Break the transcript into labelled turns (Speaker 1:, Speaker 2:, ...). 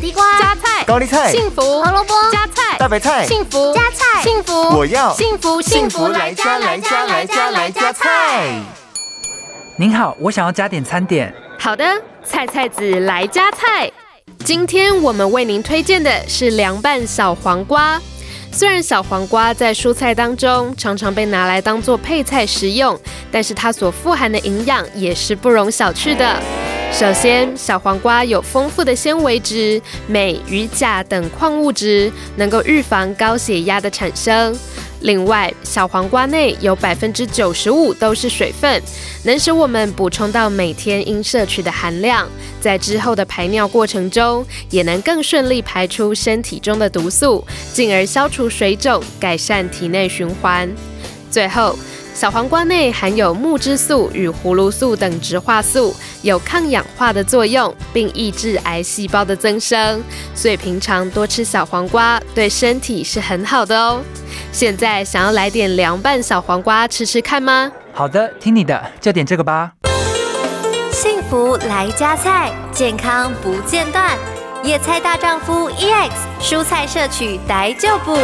Speaker 1: 地瓜、
Speaker 2: 加菜、
Speaker 3: 高丽菜、
Speaker 2: 幸福、
Speaker 1: 胡萝卜、
Speaker 2: 加菜、
Speaker 3: 大白菜、
Speaker 2: 幸福、
Speaker 1: 加菜
Speaker 2: 幸福，
Speaker 3: 我要
Speaker 2: 幸福
Speaker 3: 幸福来家来家来家来家菜。
Speaker 4: 您好，我想要加点餐点。
Speaker 2: 好的，菜菜子来加菜。今天我们为您推荐的是凉拌小黄瓜。虽然小黄瓜在蔬菜当中常常被拿来当做配菜食用，但是它所富含的营养也是不容小觑的。首先，小黄瓜有丰富的纤维质、镁、与钾等矿物质，能够预防高血压的产生。另外，小黄瓜内有百分之九十五都是水分，能使我们补充到每天应摄取的含量，在之后的排尿过程中，也能更顺利排出身体中的毒素，进而消除水肿，改善体内循环。最后，小黄瓜内含有木质素与葫芦素等植化素，有抗氧化的作用，并抑制癌细胞的增生，所以平常多吃小黄瓜对身体是很好的哦。现在想要来点凉拌小黄瓜吃吃看吗？
Speaker 4: 好的，听你的，就点这个吧。
Speaker 1: 幸福来加菜，健康不 E 间断。野菜大丈夫 EX 蔬菜摄取逮就补。